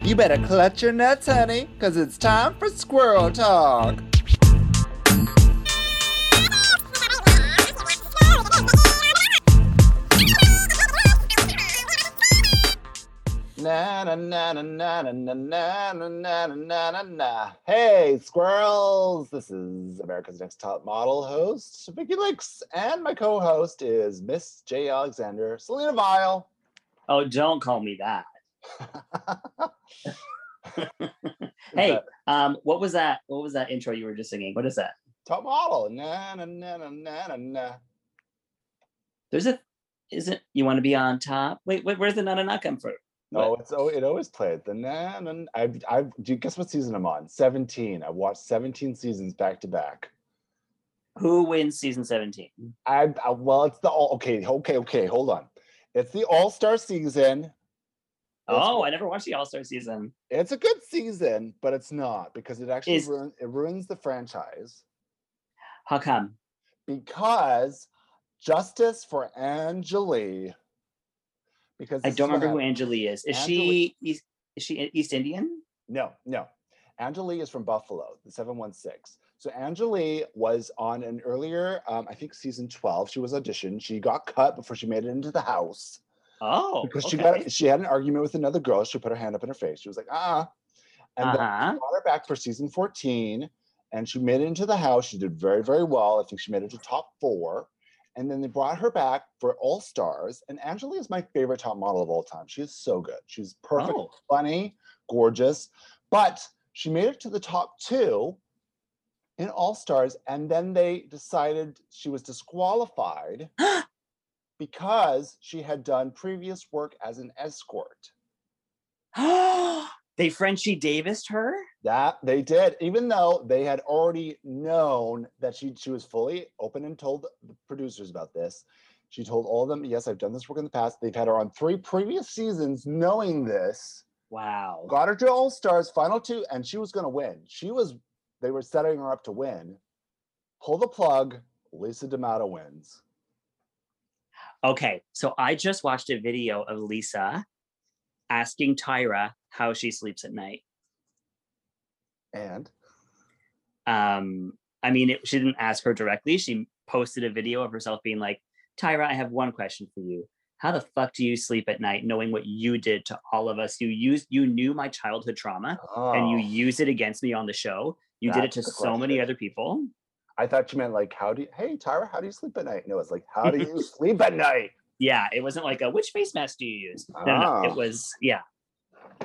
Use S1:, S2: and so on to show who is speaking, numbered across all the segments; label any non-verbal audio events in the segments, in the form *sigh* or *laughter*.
S1: You better clutch your nuts, honey, because it's time for squirrel talk. Na na na na na na na na na na na na na. Hey, squirrels! This is America's Next Top Model host Vicky Licks, and my co-host is Miss J. Alexander, Selena Vile. *laughs*
S2: Oh, don't call me that. Hey,
S1: The
S2: um, what was that? What was that intro you were just singing? What is that?
S1: top model. Na na na na na na na.
S2: There's a, isn't you want to be on top? Wait, wait where's the na na na come from?
S1: No, it's oh, it always played the na na. I've I've do you guess what season I'm on? Seventeen. I've watched seventeen seasons back to back.
S2: Who wins season 17?
S1: I, I uh, well, it's the all okay, okay, okay. Hold on, it's the All Star season. That's
S2: Oh, I never watched the All Star season.
S1: It's a good season, but it's not because it actually
S2: Is-
S1: ruin, it ruins the franchise
S2: How come?
S1: because justice for Angelie. Because
S2: I
S1: this
S2: don't
S1: is what
S2: remember who
S1: happened.
S2: Angelie is. Is
S1: Angelie-
S2: she East, is she East Indian?
S1: No, no. Angelie is from Buffalo, the 716. So Angelie was on an earlier, um, I think season 12. She was auditioned. She got cut before she made it into the house.
S2: Oh,
S1: because she
S2: okay.
S1: got she had an argument with another girl. She put her hand up in her face. She was like, ah. And then
S2: Uh-huh.
S1: they brought her back for season 14. And she made it into the house. She did very, very well. I think she made it to top four. And then they brought her back for All Stars. And Angela is my favorite top model of all time. She is so good. She's perfect,
S2: Oh,
S1: funny, gorgeous. But she made it to the top two in All Stars. And then they decided she was disqualified because she had done previous work as an escort.
S2: Oh. *gasps* they Frenchie Davis her?
S1: That they did, even though they had already known that she she was fully open and told the producers about this. She told all of them, "Yes, I've done this work in the past." They've had her on three previous seasons, knowing this.
S2: Wow.
S1: Got her to All Stars, final two, and she was going to win. She was. They were setting her up to win. Pull the plug. Lisa D'Amato wins.
S2: Okay, so I just watched a video of Lisa asking Tyra how she sleeps at night.
S1: And
S2: Um, I mean, it, she didn't ask her directly. She posted a video of herself being like, Tyra, I have one question for you. How the fuck do you sleep at night knowing what you did to all of us? You used you knew my childhood trauma and
S1: Oh,
S2: you use it against me on the show. You did it
S1: That's
S2: to
S1: the
S2: so many
S1: question.
S2: other people.
S1: I thought you meant like, how do you, hey, Tyra, how do you sleep at night? No, it's like, how do
S2: *laughs*
S1: you sleep at night?
S2: Yeah, it wasn't like a which face mask do you use? No, no, no,
S1: Ah.
S2: it was yeah.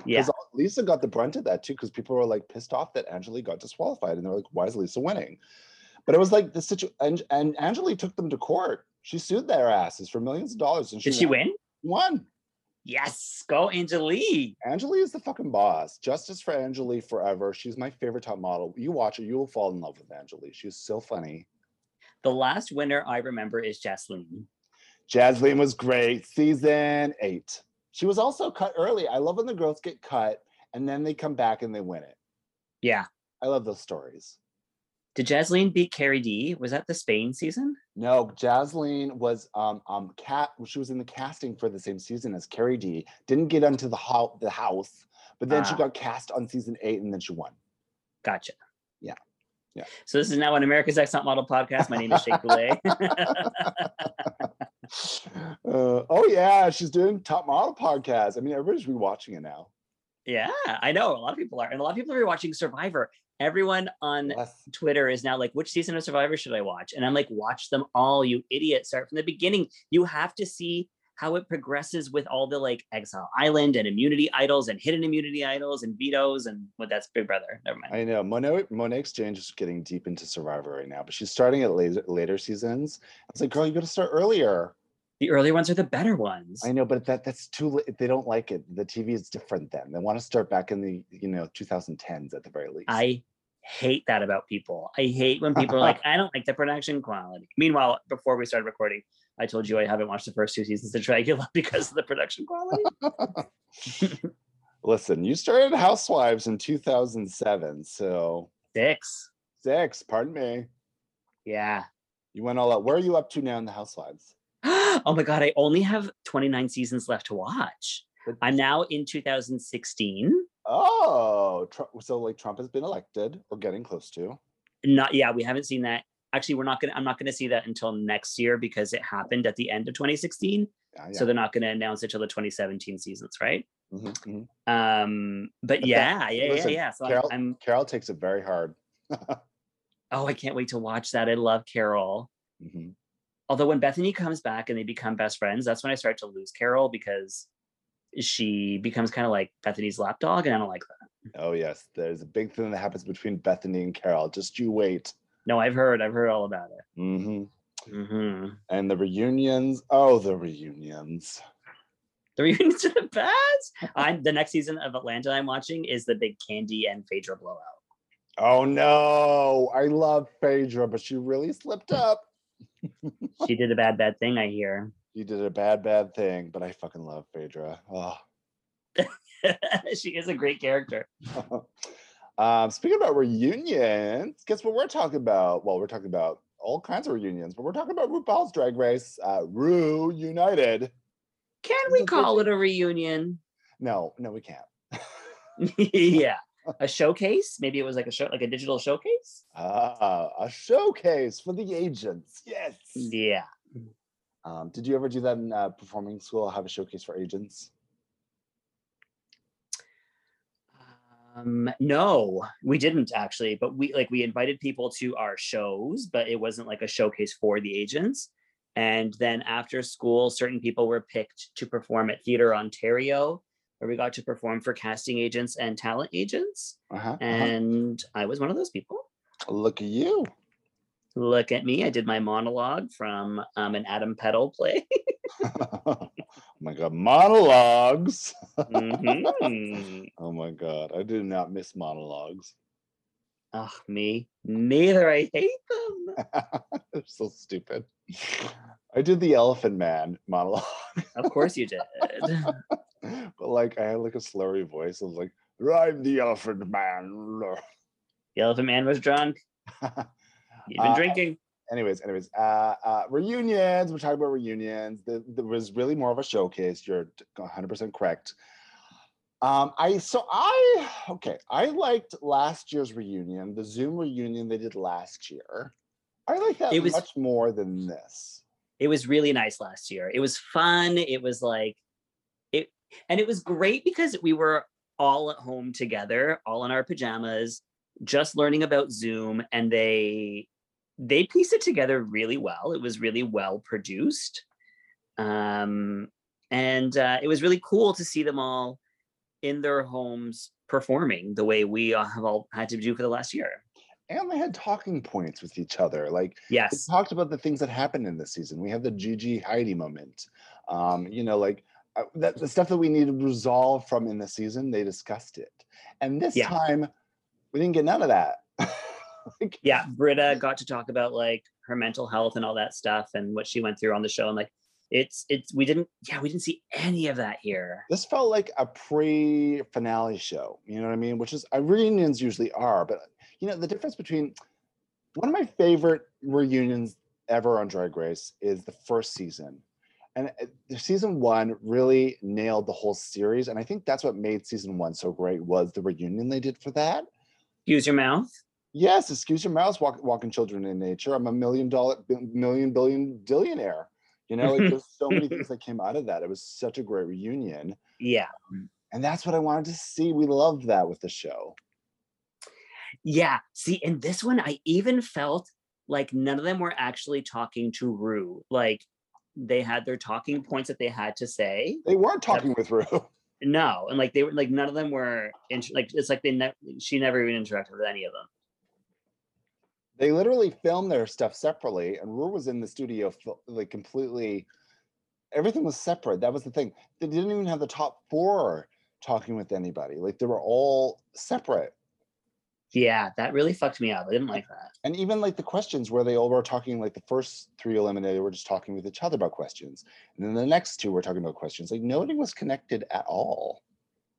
S2: Yeah.
S1: Because Lisa got the brunt of that too, because people were like pissed off that Angelique got disqualified, and they're like, "Why is Lisa winning?" But it was like the situation, and, and Angelique took them to court. She sued their asses for millions of dollars, and she
S2: Did she
S1: won.
S2: win?
S1: Won.
S2: Yes, go Angelie.
S1: Angelique is the fucking boss. Justice for Angelique forever. She's my favorite top model. You watch her, you will fall in love with Angelique. She's so funny.
S2: The last winner I remember is Jasmine.
S1: Jasmine was great. Season eight. She was also cut early. I love when the girls get cut and then they come back and they win it.
S2: Yeah.
S1: I love those stories.
S2: Did Jasmine beat Carrie D? Was that the Spain season?
S1: No, Jasmine was um um cat. She was in the casting for the same season as Carrie D. Didn't get into the house, the house, but then she
S2: Ah.
S1: got cast on season eight, and then she won.
S2: Gotcha.
S1: Yeah. Yeah.
S2: So this is now an America's Next Top Model podcast. My name is Shake
S1: *laughs*
S2: Boulay.
S1: Uh, oh yeah, she's doing Top Model podcast. I mean, everybody's rewatching it now.
S2: yeah, I know. A lot of people are. And a lot of people are watching Survivor. Everyone on
S1: Yes.
S2: Twitter is now like, which season of Survivor should I watch? And I'm like, watch them all, you idiot. Start from the beginning. You have to see how it progresses with all the like Exile Island and immunity idols and hidden immunity idols and vetoes and what that's Big Brother. Never mind.
S1: I know Monet Monet Exchange is getting deep into Survivor right now, but she's starting at later later seasons. It's like, girl, you got to start earlier.
S2: The earlier ones are the better ones.
S1: I know, but that that's too late. They don't like it. The TV is different then. They want to start back in the you know 2010s at the very least.
S2: I hate that about people. I hate when people
S1: *laughs*
S2: are like, I don't like the production quality. Meanwhile, before we started recording, I told you I haven't watched the first two seasons of Dracula *laughs* because of the production quality.
S1: Listen, you started Housewives in 2007, so
S2: Six.
S1: six, pardon me.
S2: Yeah. *gasps*
S1: You went all out. Where are you up to now in the Housewives?
S2: Oh my God, I only have 29 seasons left to watch.
S1: But-
S2: I'm now in 2016.
S1: Oh, Trump, so like Trump has been elected or getting close to.
S2: Not yeah, we haven't seen that. Actually, we're not gonna. I'm not gonna see that until next year because it happened at the end of 2016.
S1: Ah, Yeah,
S2: So they're not gonna announce it till the 2017 seasons, right?
S1: yeah. Mhm, mhm.
S2: Um, but,
S1: But
S2: yeah,
S1: that-
S2: yeah, yeah,
S1: listen,
S2: yeah. So I'm-
S1: Carol-
S2: I'm.
S1: Carol takes it very hard.
S2: Oh, I can't wait to watch that. I love Carol.
S1: Mhm.
S2: Although when Bethany comes back and they become best friends, that's when I start to lose Carol because she becomes kind of like Bethany's lapdog, and I don't like that.
S1: Oh yes, there's a big thing that happens between Bethany and Carol. Just you wait.
S2: No, I've heard. I've heard all about it.
S1: hmm
S2: *laughs* hmm
S1: And the reunions. Oh, the reunions.
S2: The reunions are the best. I'm the next season of Atlanta. I'm watching is the Big Candy and Phaedra blowout.
S1: Oh no, I love Phaedra, but she really slipped up.
S2: She did a bad, bad thing. I hear. *laughs*
S1: She did a bad, bad thing, but I fucking love Phaedra. Oh.
S2: she is a great character.
S1: um, speaking about reunions, guess what we're talking about? Well, we're talking about all kinds of reunions, but we're talking about RuPaul's Drag Race, uh, Ru United.
S2: Can
S1: She's
S2: we
S1: a
S2: call it a reunion?
S1: No, no, we can't.
S2: *laughs*
S1: *laughs*
S2: yeah, a showcase. Maybe it was like a show, like a digital showcase.
S1: Ah, a showcase for the agents. Yes.
S2: Yeah.
S1: Um, did you ever do that in uh, performing school? Have a showcase for agents?
S2: Um, no, we didn't actually, but we like we invited people to our shows, but it wasn't like a showcase for the agents. And then after school, certain people were picked to perform at Theater Ontario, where we got to perform for casting agents and talent agents.
S1: Uh-huh, uh-huh.
S2: And I was one of those people.
S1: Look at you. *laughs*
S2: Look at me. I did my monologue from um, an Adam Peddle play.
S1: oh my god, monologues. *laughs*
S2: Mhm.
S1: Oh my god, I do not miss monologues.
S2: Ugh, me neither. I hate them.
S1: *laughs* They're so stupid. I did the elephant man monologue, *laughs*
S2: Of course you did. *laughs*
S1: but like I had like a slurry voice. I was like, "I'm the elephant man." *laughs*
S2: The Elephant Man was drunk. You've been
S1: Uh,
S2: drinking.
S1: anyways, anyways, uh, uh, reunions. We're talking about reunions. The, there was really more of a showcase. You're t- 100% correct. Um, I so I okay. I liked last year's reunion, the Zoom reunion they did last year. I like that
S2: It was-
S1: much more than this.
S2: It was really nice last year. It was fun. It was like it and it was great because we were all at home together, all in our pajamas, just learning about Zoom and they they pieced it together really well. It was really well produced. Um and uh, it was really cool to see them all in their homes performing the way we all have all had to do for the last year.
S1: And they had talking points with each other. Like we
S2: Yes.
S1: talked about the things that happened in this season. We had the Gigi Heidi moment. Um, you know, like uh, that, the stuff that we needed to resolve from in the season, they discussed it. And this
S2: Yeah.
S1: time, we didn't get none of that. *laughs* like,
S2: yeah britta got to talk about like her mental health and all that stuff and what she went through on the show and like it's it's we didn't yeah we didn't see any of that here
S1: This felt like a pre-finale show. You know what I mean? Which is uh, reunions usually are, but you know the difference between one of my favorite reunions ever on Drag Race is the first season, and uh, the season one really nailed the whole series, and I think that's what made season one so great was the reunion they did for that.
S2: use your mouth
S1: Yes, excuse your mouse walk, walking children in nature. I'm a million dollar, bi- million billion billionaire. You know, like, there's so many things that came out of that. It was such a great reunion.
S2: yeah
S1: And that's what I wanted to see. We love that with the show.
S2: yeah see in this one i even felt like none of them were actually talking to rue like they had their talking points that they had to say
S1: They weren't talking with *laughs* Rue.
S2: no and like they were like none of them were int- like it's like they ne- she never even interacted with any of them
S1: They literally filmed their stuff separately, and Rue was in the studio fil- like completely. Everything was separate. That was the thing. They didn't even have the top four talking with anybody. Like they were all separate.
S2: yeah that really fucked me up i didn't like that
S1: And even like the questions where they all were talking, like the first three eliminated were just talking with each other about questions. And then the next two were talking about questions. Like nobody was connected at all.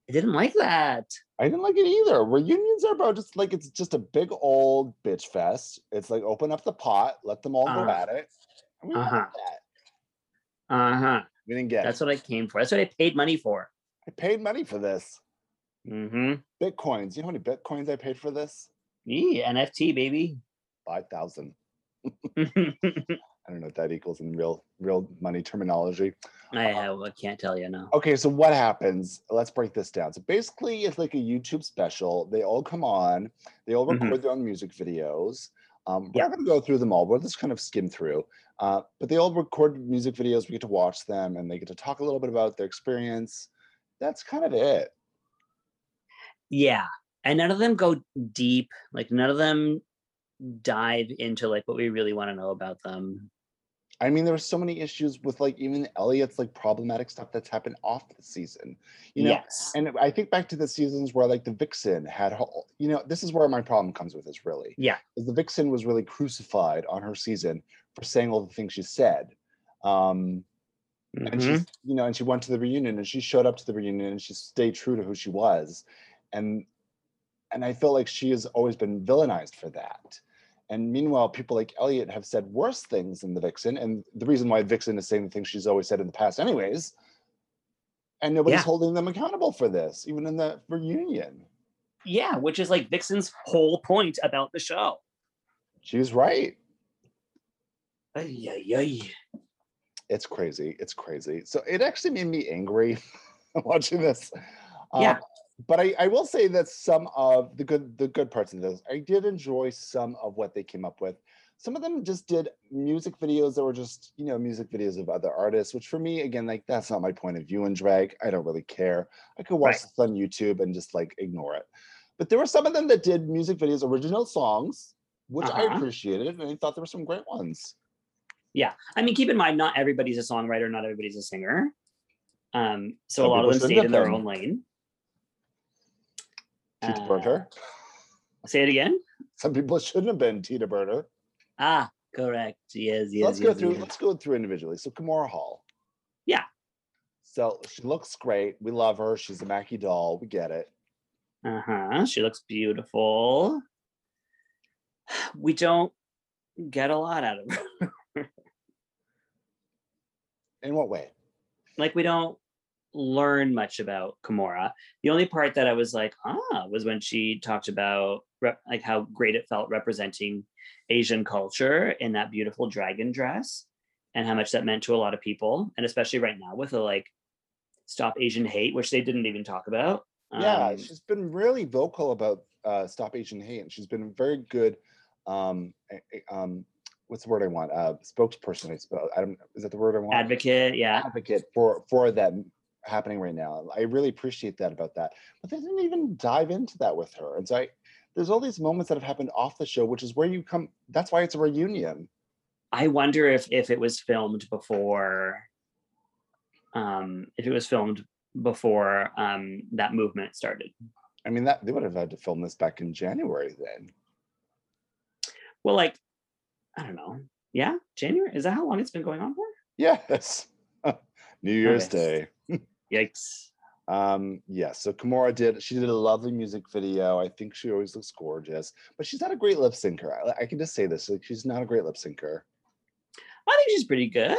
S2: i didn't like that
S1: I didn't like it either. Reunions are about just like it's just a big old bitch fest. It's like open up the pot, let them all go
S2: Uh-huh.
S1: at it. And we didn't
S2: Uh-huh.
S1: get that.
S2: uh-huh
S1: We didn't get
S2: That's
S1: it.
S2: what I came for. That's what I paid money for.
S1: I paid money for this.
S2: Mm-hmm.
S1: Bitcoins. You know how many bitcoins I paid for this?
S2: Yee, NFT baby. *laughs*
S1: Five thousand. I don't know what that equals in real real money terminology.
S2: I, uh, I can't tell you no.
S1: Okay, so what happens? Let's break this down. So basically, it's like a YouTube special. They all come on. They all
S2: Mhm.
S1: record their own music videos. Um, we're
S2: Yeah.
S1: not going to go through them all. We'll just kind of skim through. Uh, but they all record music videos. We get to watch them, and they get to talk a little bit about their experience. That's kind of it.
S2: Yeah, and none of them go deep. Like none of them dive into like what we really want to know about them.
S1: I mean, there were so many issues with like even Elliot's like problematic stuff that's happened off the season. You know,
S2: yes.
S1: and I think back to the seasons where like the vixen had, her- you know, this is where my problem comes with this really.
S2: Yeah.
S1: is the vixen was really crucified on her season for saying all the things she said. Um, and
S2: Mhm.
S1: she's you know, and she went to the reunion and she showed up to the reunion and she stayed true to who she was, and and I feel like she has always been villainized for that. And meanwhile, people like Elliot have said worse things than the vixen, and the reason why vixen is saying the things she's always said in the past, anyways. And nobody's
S2: Yeah.
S1: holding them accountable for this, even in the reunion.
S2: Yeah, which is like Vixen's whole point about the show.
S1: She's right.
S2: Ay, ay, ay.
S1: it's crazy. It's crazy. So it actually made me angry *laughs* watching this. uh,
S2: Yeah.
S1: But I, I will say that some of the good the good parts of this, I did enjoy some of what they came up with. Some of them just did music videos that were just, you know, music videos of other artists, which for me, again, like that's not my point of view in drag. I don't really care. I could watch
S2: Right.
S1: this on YouTube and just like ignore it. But there were some of them that did music videos, original songs, which I
S2: Uh-huh.
S1: appreciated, and I thought there were some great ones.
S2: Yeah. I mean, keep in mind, not everybody's a songwriter, not everybody's a singer. Um, so
S1: Some
S2: a lot of
S1: people
S2: them
S1: sing
S2: stayed in their
S1: nothing.
S2: own lane.
S1: Tita
S2: Uh,
S1: Burner.
S2: Say it again.
S1: Some people *laughs* shouldn't have been Tita Burner.
S2: Ah, correct. Yes, yes.
S1: let's
S2: yes,
S1: go through.
S2: yes.
S1: Let's go through individually. So Kimora Hall.
S2: Yeah.
S1: So she looks great. We love her. She's a Mackie doll. We get it.
S2: Uh-huh. She looks beautiful. We don't get a lot out of her. *laughs*
S1: In what way?
S2: like we don't learn much about Kimura. The only part that I was like, ah, was when she talked about rep- like how great it felt representing Asian culture in that beautiful dragon dress and how much that meant to a lot of people. And especially right now with the like stop Asian hate, which they didn't even talk about.
S1: yeah,
S2: Um,
S1: she's been really vocal about uh, stop Asian hate, and she's been very good. Um, a- a- um, what's the word I want? Uh, spokesperson. I suppose. I don't. Is that the word I want?
S2: advocate. Yeah.
S1: advocate for for that m- happening right now. I really appreciate that about that. But they didn't even dive into that with her. And so I, there's all these moments that have happened off the show, which is where you come. That's why it's a reunion.
S2: I wonder if if it was filmed before um if it was filmed before um that movement started.
S1: I mean, that they would have had to film this back in January then.
S2: Well, like, I don't know. Yeah, January. Is that how long it's been going on for?
S1: Yes, *laughs* New Year's
S2: Okay.
S1: Day.
S2: Yikes.
S1: Um, yeah, so Kimora did she did a lovely music video. I think she always looks gorgeous, but she's not a great lip syncer. I, I can just say this, like she's not a great lip syncer.
S2: I think she's pretty good.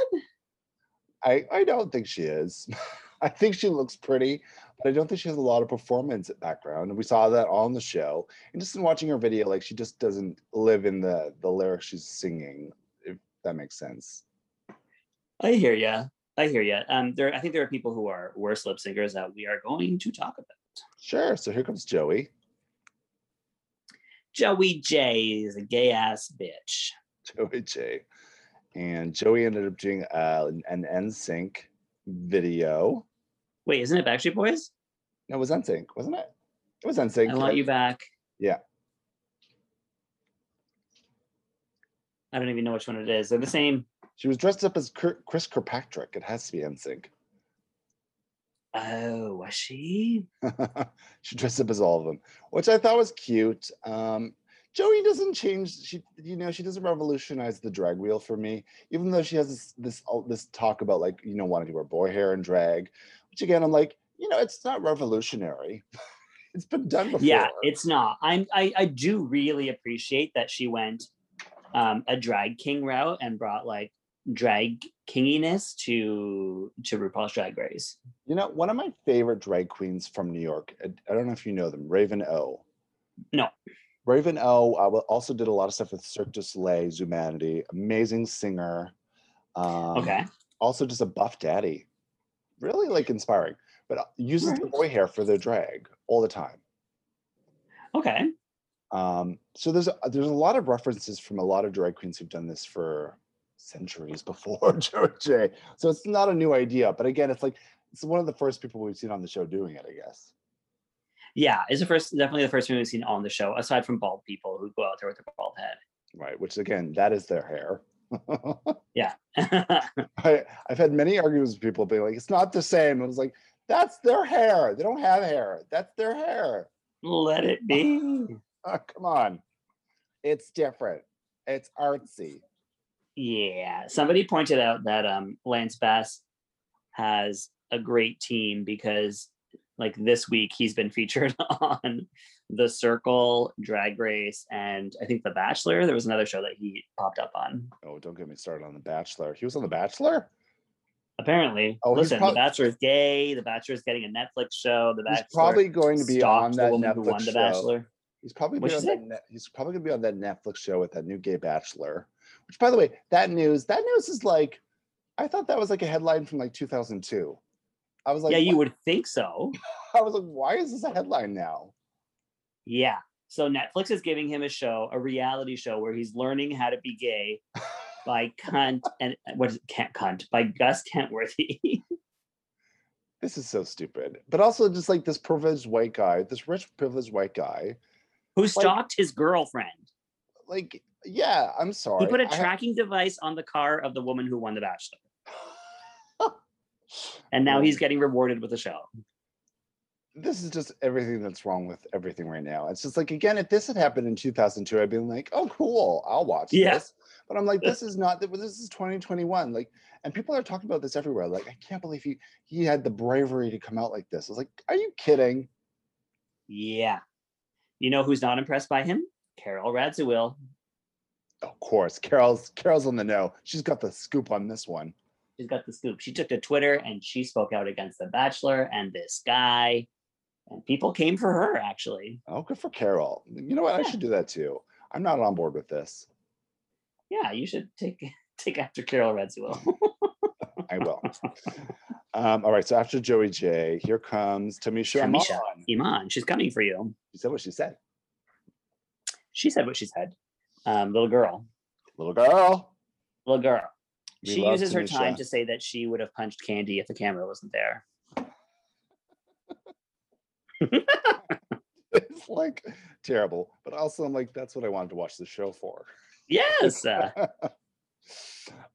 S1: I, I don't think she is. *laughs* I think she looks pretty, but I don't think she has a lot of performance background. And we saw that on the show. And just in watching her video, like she just doesn't live in the the lyrics she's singing, if that makes sense.
S2: I hear ya. I hear ya. Um, there. I think there are people who are worse lip syncers that we are going to talk about.
S1: Sure. So here comes Joey. *laughs*
S2: Joey J is a gay ass bitch.
S1: Joey J. And Joey ended up doing uh, an- an NSYNC video.
S2: Wait, isn't it Backstreet Boys?
S1: No, it was NSYNC, wasn't it? It was NSYNC.
S2: I want
S1: right?
S2: you back.
S1: Yeah.
S2: I don't even know which one it is. They're the same.
S1: She was dressed up as Kir- Chris Kirkpatrick. It has to be NSYNC.
S2: Oh, was she?
S1: *laughs* she dressed up as all of them, which I thought was cute. Um, Joey doesn't change. She, you know, she doesn't revolutionize the drag wheel for me. Even though she has this this all- this talk about like you know wanting to wear boy hair and drag, which again I'm like, you know, it's not revolutionary. *laughs* it's been done before.
S2: Yeah, it's not. I'm. I, I do really appreciate that she went um, a drag king route and brought like drag kinginess to to RuPaul's Drag Race.
S1: You know, one of my favorite drag queens from New York, I, I don't know if you know them, Raven O.
S2: No.
S1: Raven O uh, wa- also did a lot of stuff with Cirque du Soleil, Zumanity, amazing singer. Um,
S2: Okay.
S1: Also, just a buff daddy. Really like inspiring, but uh, uses the
S2: Right.
S1: boy hair for their drag all the time.
S2: Okay.
S1: Um, so there's a, there's a lot of references from a lot of drag queens who've done this for centuries *laughs* before George. J. So it's not a new idea, but again, it's like it's one of the first people we've seen on the show doing it, I guess.
S2: Yeah, it's the first definitely the first one we've seen on the show, aside from bald people who go out there with a bald
S1: Right, which again, that is their hair. *laughs*
S2: head. *laughs*
S1: I, I've had many arguments with people being like, it's not the same. I was like, that's their hair. They don't have hair. That's their hair.
S2: Let it be.
S1: Ah, come on. It's different. It's artsy.
S2: Yeah. Somebody pointed out that um Lance Bass has a great team because like this week he's been *laughs* featured on The Circle, Drag Race, and I think The Bachelor. There was another show that he popped up on.
S1: Oh, don't get me started on The Bachelor. He was on The Bachelor?
S2: Apparently.
S1: Oh, he's
S2: listen,
S1: prob-
S2: The Bachelor is gay, The Bachelor is getting a Netflix show, The
S1: He's
S2: Bachelor
S1: probably going to be on
S2: stalked
S1: that
S2: the woman who
S1: Netflix
S2: won The
S1: show.
S2: Bachelor.
S1: He's probably,
S2: What'd
S1: be on
S2: you
S1: that net, he's probably gonna be on that Netflix show with that new gay bachelor. Which by the way, that news, that news is like I thought that was like a headline from like 2002. I was like,
S2: yeah, you
S1: "Why-"
S2: would think so.
S1: *laughs* I was like, why is this a headline now?
S2: Yeah. So Netflix is giving him a show, a reality show where he's learning how to be
S1: *laughs*
S2: gay by cunt and what is it? Kent cunt by Gus Kentworthy. *laughs*
S1: This is so stupid. But also just like this privileged white guy, this rich privileged white guy,
S2: Who stalked his girlfriend?
S1: like, yeah, I'm sorry.
S2: He put a
S1: I-
S2: tracking device on the car of the woman who won The Bachelor, and now he's
S1: Mm.
S2: getting rewarded with a show.
S1: this is just everything that's wrong with everything right now. It's just like again, if this had happened in 2002, I'd been like, "Oh, cool, I'll watch
S2: Yeah.
S1: this." But I'm
S2: *laughs*
S1: like, this is not. This is 2021. Like, and people are talking about this everywhere. Like, I can't believe he he had the bravery to come out like this. I was like, "Are you kidding?"
S2: Yeah. You know who's not impressed by him? Carol Radziwill.
S1: Of course, Carol's Carol's on the know. She's got the scoop on this one.
S2: She's got the scoop. She took to Twitter and she spoke out against The Bachelor and this guy. And people came for her, actually.
S1: Oh, good for Carol. You know what? I
S2: Yeah.
S1: should do that too. I'm not on board with this.
S2: Yeah, you should take *laughs* take after Carol Radziwill.
S1: I
S2: *laughs*
S1: will. um, all right. So after Joey J, here comes Tamisha.
S2: Tamisha.
S1: Iman.
S2: *laughs* Iman, she's coming for you.
S1: She said what she said.
S2: She said what she said. Um, little girl.
S1: Little girl.
S2: Little girl.
S1: We
S2: she
S1: love
S2: uses her time
S1: Tanisha.
S2: to say that she would have punched Candy if the camera wasn't there.
S1: *laughs* it's like terrible. But also, I'm like, that's what I wanted to watch the show for. *laughs*
S2: Yes. uh,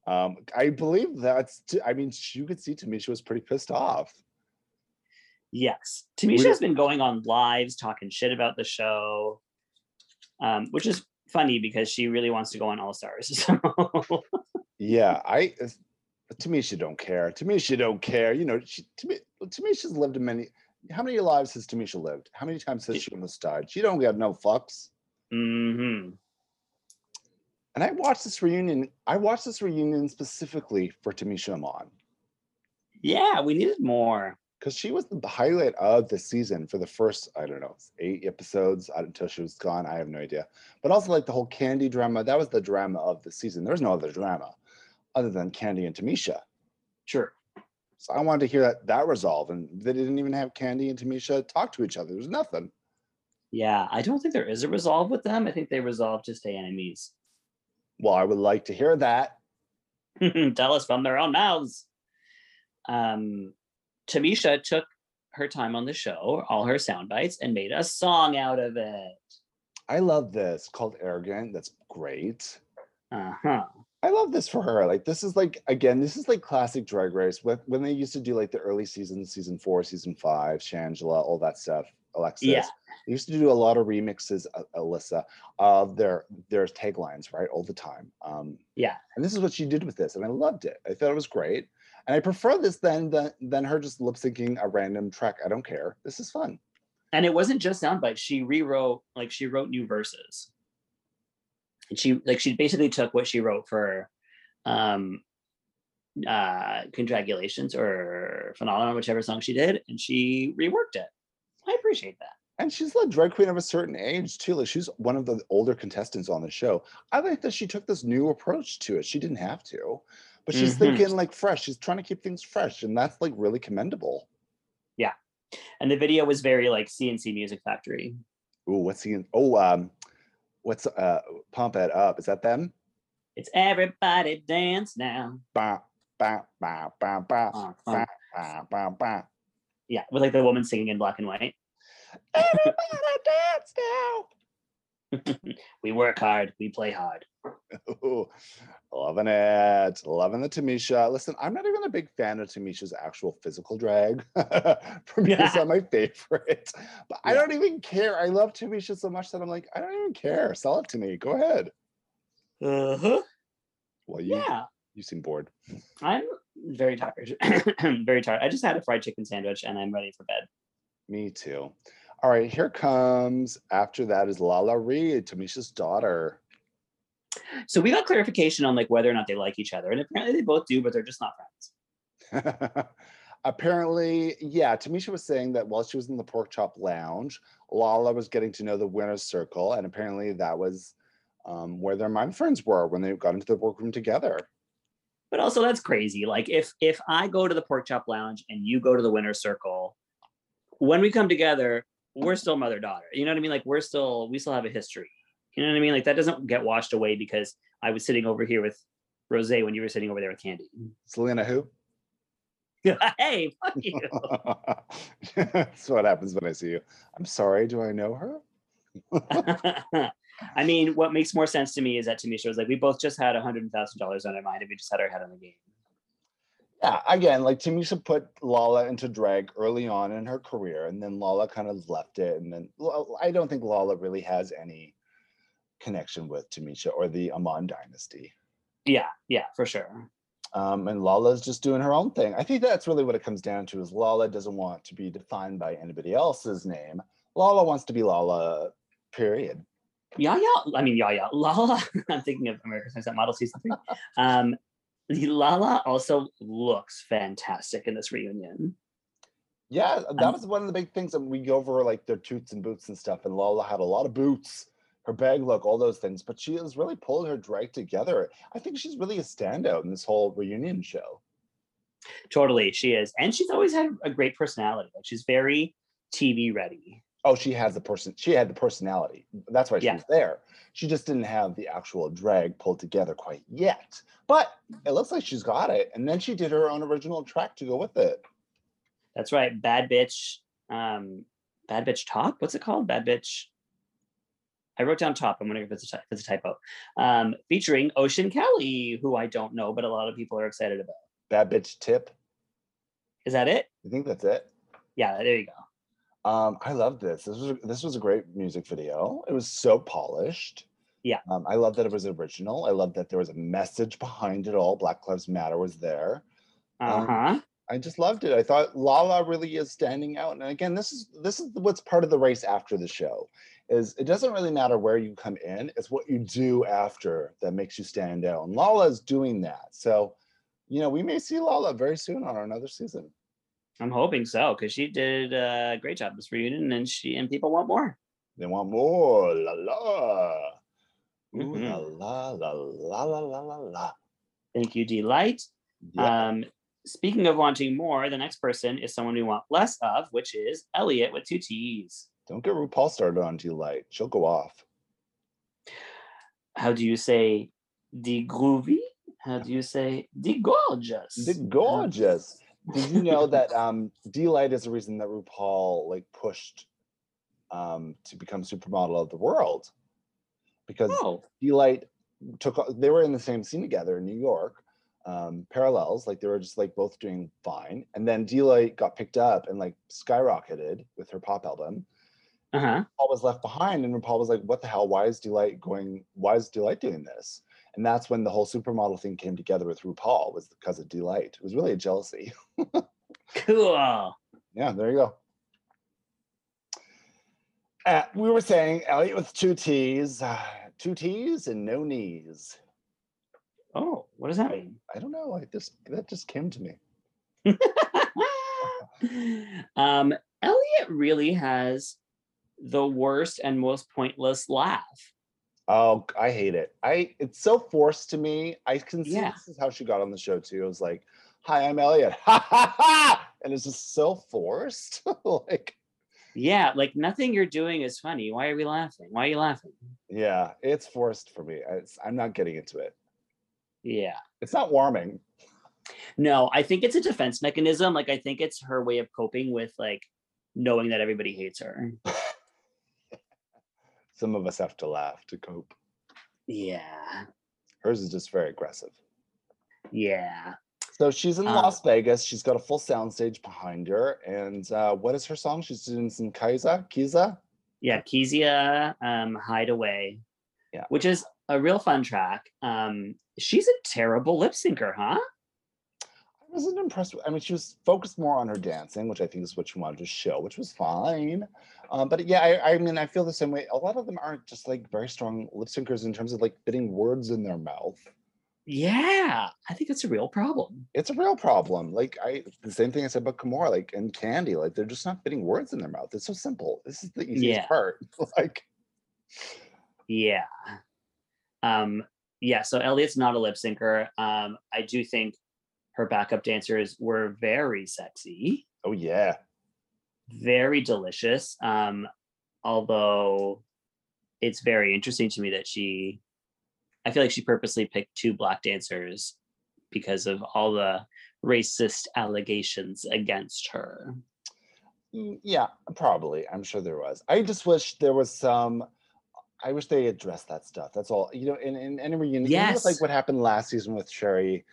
S1: um, I believe that's. T- I mean, sh- you could see Tamisha was pretty pissed off.
S2: yes.
S1: We
S2: Tamisha
S1: don't-
S2: has been going on lives talking shit about the show, um, which is funny because she really wants to go on All Stars. *laughs* So
S1: Yeah, I. it's- Tamisha don't care. Tamisha don't care. You know, she, Tami- Tamisha's lived in many. How many lives has Tamisha lived? How many times has
S2: She-
S1: she almost died? She don't have no fucks.
S2: hmm
S1: And I watched this reunion. I watched this reunion specifically for Tamisha Amon.
S2: yeah, we needed more.
S1: because she was the highlight of the season for the first I don't know eight episodes I- until she was gone. I have no idea. But also like the whole Candy drama. That was the drama of the season. There was no other drama other than Candy and Tamisha.
S2: Sure.
S1: So I wanted to hear that that resolve, and they didn't even have Candy and Tamisha talk to each other. There was nothing.
S2: Yeah, I don't think there is a resolve with them. I think they resolved to stay enemies.
S1: Well, I would like to hear that.
S2: *laughs* tell us from their own mouths. Um, Tamisha took her time on the show, all her sound bites, and made a song out of it.
S1: I love this called Arrogant. That's great.
S2: Uh huh.
S1: I love this for her. Like this is like again, this is like classic Drag Race when when they used to do like the early seasons, season four, season five, Shangela, all that stuff. Alexis,
S2: Yeah.
S1: they used to do a lot of remixes, uh, Alyssa, of their their taglines, right, all the time. Um,
S2: Yeah.
S1: and this is what she did with this, and I loved it. I thought it was great, and I prefer this than than, than her just lip syncing a random track. I don't care. This is fun.
S2: And it wasn't just sound bites. She rewrote, like, she wrote new verses. And she, like, she basically took what she wrote for um, uh, Congratulations or Phenomenon, whichever song she did, and she reworked it. I appreciate that.
S1: And she's a drag queen of a certain age too. Like she's one of the older contestants on the show. I like that she took this new approach to it. She didn't have to, but she's
S2: Mhm.
S1: thinking like fresh. She's trying to keep things fresh, and that's like really commendable.
S2: And the video was very like CNC Music Factory.
S1: Ooh, what's he? Oh, um, what's uh, pump it up? Is that them?
S2: It's everybody dance now.
S1: Bah, bah, bah, bah, bah,
S2: Uh, uh,
S1: bah, bah, bah, bah.
S2: yeah, with like the woman singing in black and white.
S1: Everybody dance now.
S2: We work hard, we play hard.
S1: Ooh, loving it. Loving the Tamisha. Listen, I'm not even a big fan of Tamisha's actual physical drag. *laughs* For me, it's not my favorite. But I
S2: Yeah.
S1: don't even care. I love Tamisha so much that I'm like, I don't even care. Sell it to me. Go ahead.
S2: Uh-huh.
S1: Well, you
S2: Yeah,
S1: you seem bored.
S2: I'm very tired. *coughs* very tired. I just had a fried chicken sandwich and I'm ready for bed.
S1: Me too. All right, here comes after that is Lala Reed, Tamisha's daughter.
S2: So we got clarification on like whether or not they like each other. And apparently they both do, but they're just not friends.
S1: *laughs* Apparently, yeah, Tamisha was saying that while she was in the pork chop lounge, Lala was getting to know the winner's circle, and apparently that was um, where their mind friends were when they got into the workroom together.
S2: But also that's crazy. Like if if I go to the pork chop lounge and you go to the winner's circle, when we come together, we're still mother daughter. You know what I mean? Like we're still we still have a history. You know what I mean? Like that doesn't get washed away because I was sitting over here with Rose when you were sitting over there with Candy.
S1: Selena, who? *laughs*
S2: *laughs* hey, fuck you. *laughs*
S1: That's what happens when I see you. I'm sorry, do I know her?
S2: I mean, what makes more sense to me is that Tamisha was like, we both just had hundred thousand dollars on our mind and we just had our head on the game.
S1: Yeah, again, like Tamisha put Lala into drag early on in her career, and then Lala kind of left it. And then well, I don't think Lala really has any connection with Tamisha or the Amon dynasty.
S2: Yeah, yeah, for sure.
S1: Um, and Lala's just doing her own thing. I think that's really what it comes down to is Lala doesn't want to be defined by anybody else's name. Lala wants to be Lala, period.
S2: Yaya, I mean Yaya, Lala. *laughs* I'm thinking of America's Next Top Model season three. Um, Lala also looks fantastic in this reunion.
S1: Yeah, that
S2: Um,
S1: was one of the big things that we go over like their toots and boots and stuff. And Lala had a lot of boots, her bag look, all those things. But she has really pulled her drag together. I think she's really a standout in this whole reunion show.
S2: Totally, she is, and she's always had a great personality. Like she's very TV ready.
S1: Oh, she has the person. She had the personality. That's why she
S2: Yeah.
S1: was there. She just didn't have the actual drag pulled together quite yet. But it looks like she's got it. And then she did her own original track to go with it.
S2: That's right, bad bitch. Um, bad bitch talk. What's it called? Bad bitch. I wrote down top. I'm wondering if it's a, ty- if it's a typo. Um, featuring Ocean Kelly, who I don't know, but a lot of people are excited about.
S1: Bad bitch tip.
S2: Is that it?
S1: I think that's it.
S2: Yeah, there you go.
S1: Um, I love this. This was this was a great music video. It was so polished.
S2: Yeah.
S1: Um, I love that it was original. I love that there was a message behind it all. Black Lives Matter was there.
S2: Uh
S1: Um,
S2: huh.
S1: I just loved it. I thought Lala really is standing out. And again, this is this is what's part of the race after the show is it doesn't really matter where you come in, it's what you do after that makes you stand out. And Lala is doing that. So, you know, we may see Lala very soon on another season.
S2: I'm hoping so because she did a great job this reunion, and she and people want more.
S1: They want more. La la. Ooh, la
S2: Mhm.
S1: la la la la la la la.
S2: Thank you, Delight.
S1: Yeah.
S2: Um, speaking of wanting more, the next person is someone we want less of, which is Elliot with two T's.
S1: Don't get RuPaul started on Delight. She'll go off.
S2: How do you say the groovy? How do you say the gorgeous?
S1: The gorgeous. Did you know that um Delight is the reason that RuPaul like pushed um to become supermodel of the world? Because
S2: *laughs* Oh,
S1: Delight took they were in the same scene together in New York, um, parallels, like they were just like both doing fine. And then Delight got picked up and like skyrocketed with her pop album.
S2: uh huh.
S1: Paul was left behind, and Paul was like, "What the hell? Why is Delight going? Why is Delight doing this?" And that's when the whole supermodel thing came together with RuPaul was because of Delight. It was really a jealousy.
S2: Cool.
S1: Yeah, there you go. Uh, we were saying Elliot with two T's, uh, two T's and no knees.
S2: Oh, what does that mean?
S1: I don't know. I just that just came to me.
S2: *laughs* um, Elliot really has the worst and most pointless laugh.
S1: Oh, I hate it. I it's so forced to me. I can see
S2: Yeah.
S1: this is how she got on the show too. It was like, "Hi, I'm Elliot," *laughs* ha ha ha, and it's just so forced. *laughs* like,
S2: Yeah, like nothing you're doing is funny. Why are we laughing? Why are you laughing?
S1: yeah, it's forced for me. I, it's, I'm not getting into it.
S2: Yeah.
S1: It's not warming.
S2: No, I think it's a defense mechanism. Like I think it's her way of coping with like knowing that everybody hates her.
S1: Some of us have to laugh to cope.
S2: Yeah.
S1: Hers is just very aggressive.
S2: Yeah.
S1: So she's in
S2: Uh,
S1: Las Vegas. She's got a full soundstage behind her. And uh, what is her song? She's doing some Kaiza, Kiza.
S2: Yeah, Kezia um Hideaway.
S1: Yeah.
S2: Which is a real fun track. Um she's a terrible lip syncer, huh?
S1: I wasn't impressed. With, I mean, she was focused more on her dancing, which I think is what she wanted to show, which was fine. Um, but yeah, I, I mean, I feel the same way. A lot of them aren't just like very strong lip syncers in terms of like fitting words in their mouth.
S2: Yeah. I think it's a real problem.
S1: It's a real problem. Like I, the same thing I said about Kimora, like and Candy, like they're just not fitting words in their mouth. It's so simple. This is the easiest
S2: Yeah.
S1: part. *laughs* Like
S2: Yeah. Um, yeah, so Elliot's not a lip syncer. Um, I do think her backup dancers were very sexy,
S1: oh yeah,
S2: very delicious. Um, although it's very interesting to me that she I feel like she purposely picked two black dancers because of all the racist allegations against her.
S1: Mm, yeah, probably. I'm sure there was. I just wish there was some. I wish they addressed that stuff. That's all. You know, in in any reunion, even with, like
S2: Yes.
S1: what happened last season with Sherry.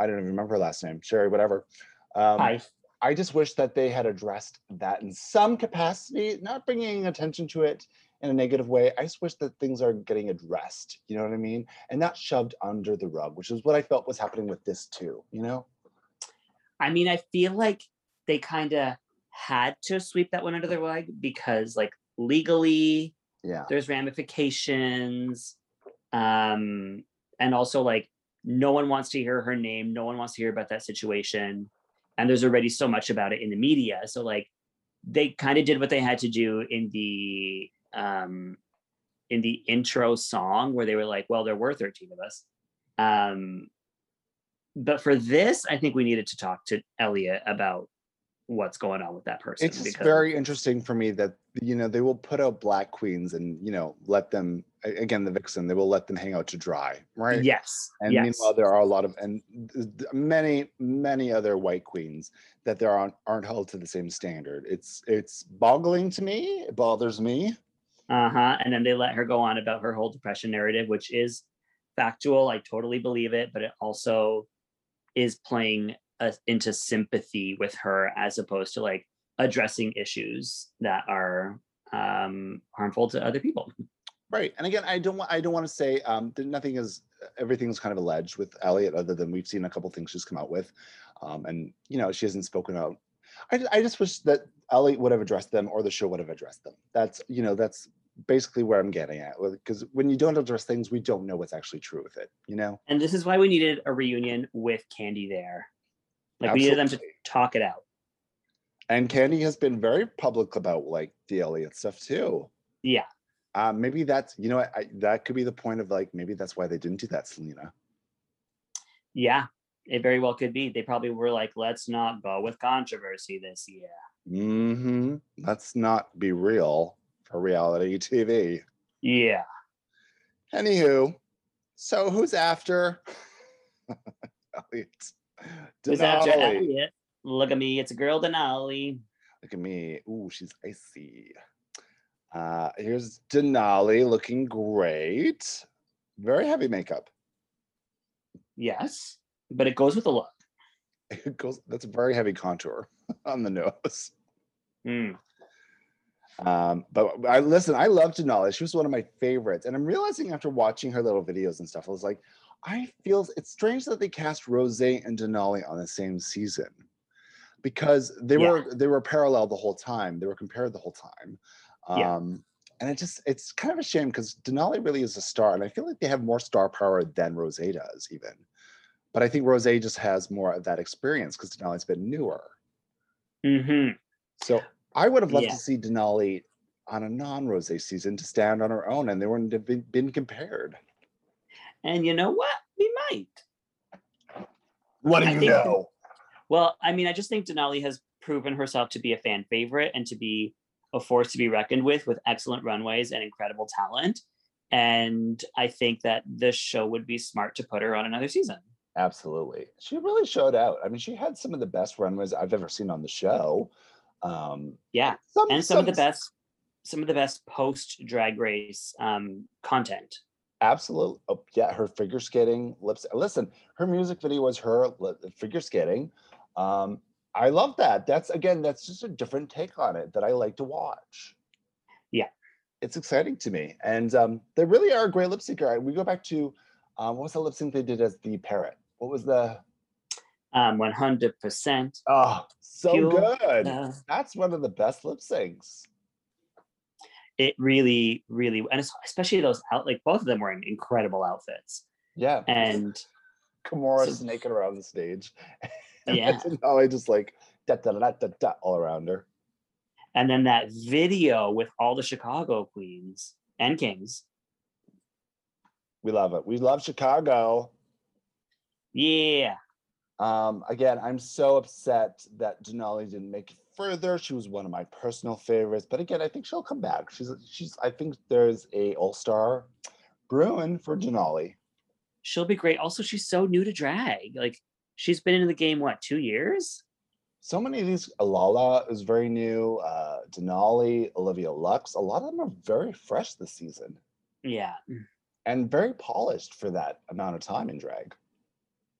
S1: I don't even remember her last name. Sherry, whatever. Um,
S2: Hi.
S1: I just wish that they had addressed that in some capacity, not bringing attention to it in a negative way. I just wish that things are getting addressed. You know what I mean? And not shoved under the rug, which is what I felt was happening with this too. You know?
S2: I mean, I feel like they kind of had to sweep that one under the rug because, like, legally,
S1: Yeah.
S2: there's ramifications. Um, and also, like, no one wants to hear her name. No one wants to hear about that situation. And there's already so much about it in the media. So, like, they kind of did what they had to do in the um in the intro song where they were like well there were 13 of us um but for this, I think we needed to talk to Elliot about what's going on with that person.
S1: it's just very interesting for me that you know they will put out black queens and you know let them a- again the vixen they will let them hang out to dry right
S2: yes,
S1: and
S2: yes,
S1: meanwhile there are a lot of and th- th- many many other white queens that there aren't aren't held to the same standard it's it's boggling to me it bothers me
S2: uh huh. And then they let her go on about her whole depression narrative, which is factual. I totally believe it, but it also is playing us into sympathy with her as opposed to like addressing issues that are um harmful to other people.
S1: right and again i don't want i don't want to say um that nothing is everything's kind of alleged with elliot other than we've seen a couple things she's come out with um and you know she hasn't spoken out i, ju- I just wish that elliot would have addressed them or the show would have addressed them that's you know that's basically where i'm getting at because when you don't address things we don't know what's actually true with it you know
S2: And this is why we needed a reunion with Candy there. Like we needed them
S1: Absolutely.
S2: to talk it out.
S1: and candy has been very public about like the elliot stuff too
S2: Yeah.
S1: uh, maybe that's you know what, I, that could be the point of like maybe that's why they didn't do that selena
S2: Yeah, it very well could be. They probably were like, let's not go with controversy this year.
S1: Mm-hmm. Let's not be real for reality TV.
S2: Yeah.
S1: Anywho, so who's after? *laughs* Elliot.
S2: Who's after
S1: Denali.
S2: Elliot? Look at me. It's a girl Denali.
S1: Look at me. Ooh, she's icy. Uh, here's Denali looking great. Very heavy makeup. *laughs*
S2: Yes. But it goes with the look.
S1: It goes, that's a very heavy contour *laughs* on the nose. Hmm.
S2: Mm.
S1: Um, but I listen, I love Denali. She was one of my favorites. And I'm realizing after watching her little videos and stuff, I was like, I feel it's strange that they cast Rose and Denali on the same season because they
S2: Yeah.
S1: were they were parallel the whole time. They were compared the whole time.
S2: Yeah.
S1: Um And it just it's kind of a shame because Denali really is a star, and I feel like they have more star power than Rose does, even. But I think Rose just has more of that experience because Denali's been newer.
S2: hmm
S1: So I would have loved
S2: Yeah.
S1: to see Denali on a non-Rose season to stand on her own, and they wouldn't have been, been compared.
S2: And you know what? We might.
S1: What
S2: I think- Well, I mean, I just think Denali has proven herself to be a fan favorite and to be a force to be reckoned with, with excellent runways and incredible talent. And I think that this show would be smart to put her on another season.
S1: Absolutely. She really showed out. I mean, she had some of the best runways I've ever seen on the show. Um,
S2: Yeah,
S1: some,
S2: and some, of the best, some of the best post Drag Race um, content.
S1: Absolutely. Oh, yeah, her figure skating lips. Listen, her music video was her li- uh, figure skating. Um, I love that. That's again, that's just a different take on it that I like to watch.
S2: Yeah.
S1: It's exciting to me. And um, they really are a great lip sync. We go back to um, what was the lip sync they did as the parrot? What was the
S2: Um, one hundred percent.
S1: oh so
S2: Fuel
S1: good.
S2: Uh,
S1: That's one of the best lip syncs.
S2: It really, really, and es- especially those out like both of them were in incredible outfits.
S1: Yeah.
S2: And
S1: Kimura
S2: so-
S1: snaking around the stage. *laughs*
S2: yeah,
S1: And I just like da da da da da all around her.
S2: and then that video with all the Chicago queens and kings.
S1: We love it. We love Chicago.
S2: Yeah,
S1: Um, again, I'm so upset that Denali didn't make it further. She was one of my personal favorites, but again, I think she'll come back. She's she's. I think there's a All Star brewing for Denali.
S2: she'll be great. Also, she's so new to drag. Like she's been in the game what two years?
S1: So many of these, Alala is very new. Uh, Denali, Olivia Lux, a lot of them are very fresh this season
S2: Yeah,
S1: and very polished for that amount of time in drag.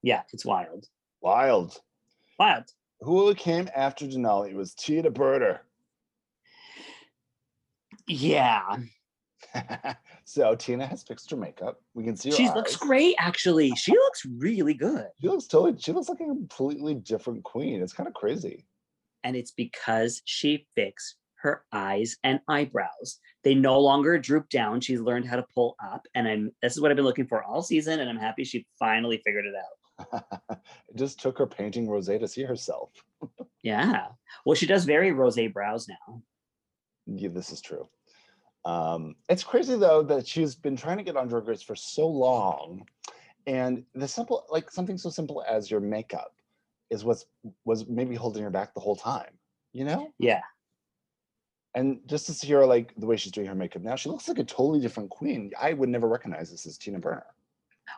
S2: yeah, it's wild,
S1: Wild.
S2: wild.
S1: Who came after Denali was Tita Berter.
S2: Yeah,
S1: *laughs* so Tina has fixed her makeup. We can see her.
S2: she looks
S1: eyes.
S2: great. Actually, she looks really good.
S1: She looks totally. She looks like a completely different queen. It's kind of crazy. *laughs*
S2: and it's because she fixed her eyes and eyebrows. They no longer droop down. She's learned how to pull up, and I'm this is what I've been looking for all season, and I'm happy she finally figured it out.
S1: it just took her painting Rose to see herself.
S2: Yeah. Well, she does very rosé brows now.
S1: Yeah, this is true. Um, it's crazy though that she's been trying to get on Drag Race for so long, and the simple, like something so simple as your makeup, is what's was maybe holding her back the whole time. You know.
S2: Yeah.
S1: And just to see her like the way she's doing her makeup now, she looks like a totally different queen. I would never recognize this as Tina Burner.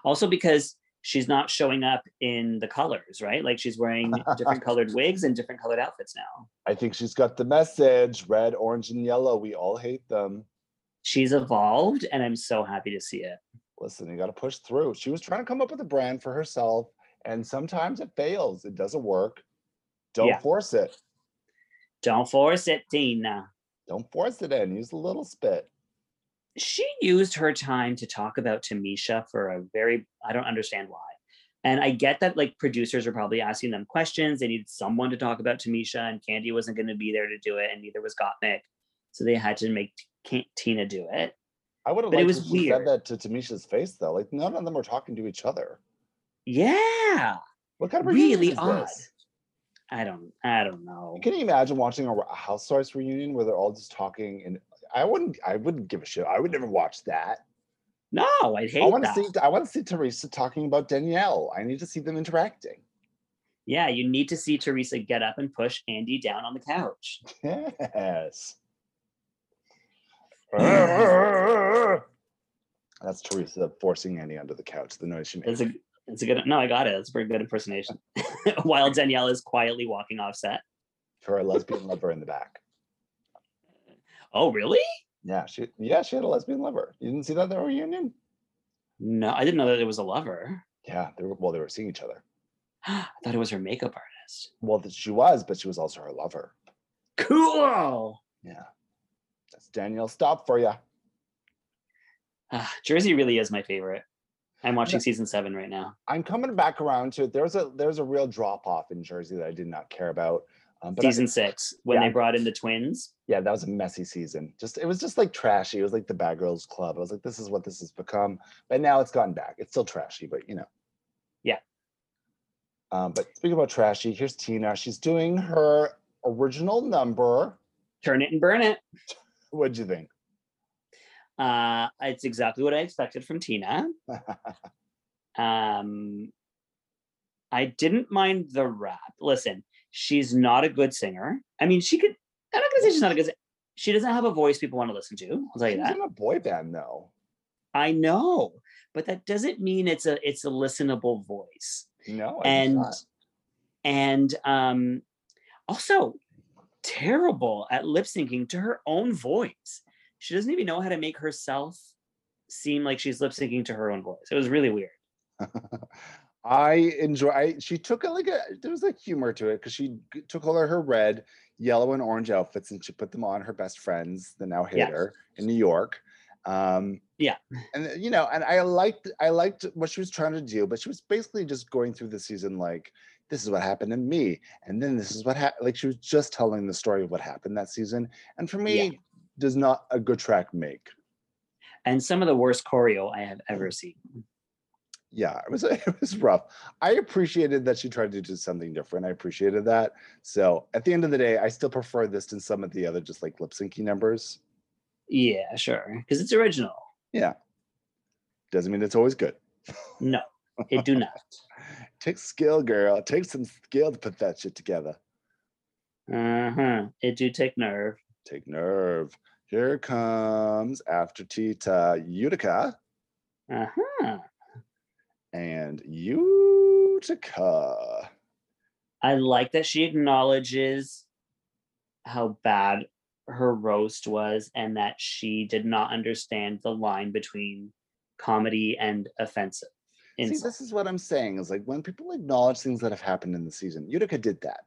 S2: Also because she's not showing up in the colors, right? Like she's wearing different colored wigs and different colored outfits now.
S1: I think she's got the message red, orange, and yellow. We all hate them.
S2: She's evolved, and I'm so happy to see it.
S1: Listen, you got to push through. She was trying to come up with a brand for herself, and sometimes it fails. It doesn't work. Don't
S2: Yeah.
S1: force it.
S2: Don't force it, Tina.
S1: Don't force it in. Use a little spit.
S2: she used her time to talk about Tamisha for a very I don't understand why. And I get that like producers are probably asking them questions. They needed someone to talk about Tamisha, and Candy wasn't going to be there to do it, and neither was Gottmik. So they had to make T- Tina do it.
S1: I would have
S2: But it
S1: liked
S2: was
S1: if she said
S2: weird.
S1: that to Tamisha's face, though. Like, none of them are talking to each other.
S2: Yeah.
S1: What kind of
S2: Really
S1: reunion is
S2: odd.
S1: this?
S2: I don't I don't know.
S1: Can you imagine watching a a Housewives reunion where they're all just talking? And I wouldn't, I wouldn't give a shit. I would never watch that.
S2: No,
S1: I
S2: I'd hate
S1: want to
S2: that.
S1: see. I want to see Teresa talking about Danielle. I need to see them interacting.
S2: yeah, you need to see Teresa get up and push Andy down on the couch.
S1: Yes. That's Teresa forcing Andy under the couch. The noise she
S2: That's
S1: makes.
S2: a that's a good no, I got it. That's a pretty good impersonation. *laughs* While Danielle is quietly walking off set.
S1: for a lesbian lover in the back.
S2: Oh, really?
S1: Yeah, she. Yeah, she had a lesbian lover. You didn't see that in the reunion?
S2: No, I didn't know that it was a lover. *gasps*
S1: Yeah, they were. Well, they were seeing each other.
S2: I thought it was her makeup artist.
S1: Well, that she was, but she was also her lover.
S2: Cool.
S1: Yeah, that's Danielle. Stop for you.
S2: Ah, Jersey really is my favorite. I'm watching season seven right now.
S1: I'm coming back around to it. There's a there's a real drop off in Jersey that I did not care about. Um, but I-
S2: season six when
S1: Yeah.
S2: they brought in the twins.
S1: yeah, that was a messy season. Just it was just like trashy. It was like the Bad Girls Club. I was like, this is what this has become. But now it's gotten back. It's still trashy, but you know.
S2: Yeah.
S1: Um, but speaking about trashy, here's Tina. She's doing her original number.
S2: Turn it and burn it.
S1: What'd you think?
S2: Uh, it's exactly what I expected from Tina. Um, I didn't mind the rap. Listen, she's not a good singer. I mean, she could. I'm not gonna say she's not a good. si- She doesn't have a voice people want to listen to. I'll tell
S1: She
S2: you
S1: was
S2: that.
S1: in a boy band though.
S2: I know, but that doesn't mean it's a it's a listenable voice.
S1: No, I guess
S2: and
S1: not.
S2: and um also terrible at lip syncing to her own voice. She doesn't even know how to make herself seem like she's lip syncing to her own voice. It was really weird.
S1: I enjoy. I, she took a, like a there was like humor to it because she g- took all of her red, yellow, and orange outfits and she put them on her best friends, the now
S2: Yeah.
S1: hater in New York. Um,
S2: Yeah.
S1: and uh, you know, and I liked I liked what she was trying to do, but she was basically just going through the season like this is what happened to me, and then this is what happened. Like she was just telling the story of what happened that season, and for me, does not a good track make.
S2: And some of the worst choreo I have ever seen.
S1: yeah, it was *laughs* it was rough. I appreciated that she tried to do something different. I appreciated that. So at the end of the day, I still prefer this than some of the other just like lip syncing numbers.
S2: Yeah, sure. Because it's original.
S1: Doesn't mean it's always good. *laughs*
S2: No, it do not.
S1: Takes skill, girl. It takes some skill to put that shit together.
S2: Uh-huh. It do take nerve.
S1: Take nerve. Here comes after Tita Utica
S2: Uh-huh.
S1: and Utica.
S2: I like that she acknowledges how bad her roast was and that she did not understand the line between comedy and offensive.
S1: See,
S2: insult.
S1: this is what I'm saying is like when people acknowledge things that have happened in the season, Utica did that.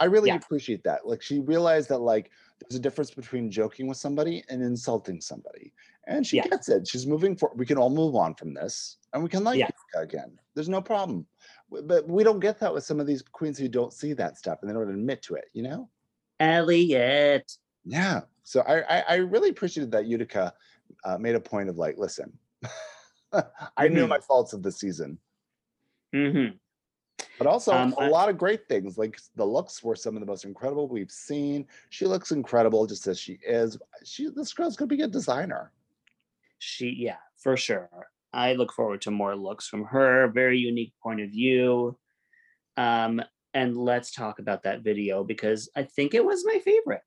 S1: I really
S2: Yeah.
S1: appreciate that. Like she realized that like there's a difference between joking with somebody and insulting somebody. And she
S2: Yeah.
S1: gets it. She's moving forward. We can all move on from this and we can like
S2: Yeah.
S1: Utica again. There's no problem. W- But we don't get that with some of these queens who don't see that stuff and they don't admit to it, you know?
S2: Elliot.
S1: Yeah. So I I, I really appreciated that Utica uh, made a point of like, listen, *laughs* I knew
S2: Mhm.
S1: my faults of the season.
S2: hmm
S1: But also
S2: Um,
S1: a
S2: I-
S1: lot of great things. Like the looks were some of the most incredible we've seen. She looks incredible just as she is. She this girl's gonna be a designer.
S2: She, yeah, for sure. I look forward to more looks from her, very unique point of view. Um, and let's talk about that video because I think it was my favorite.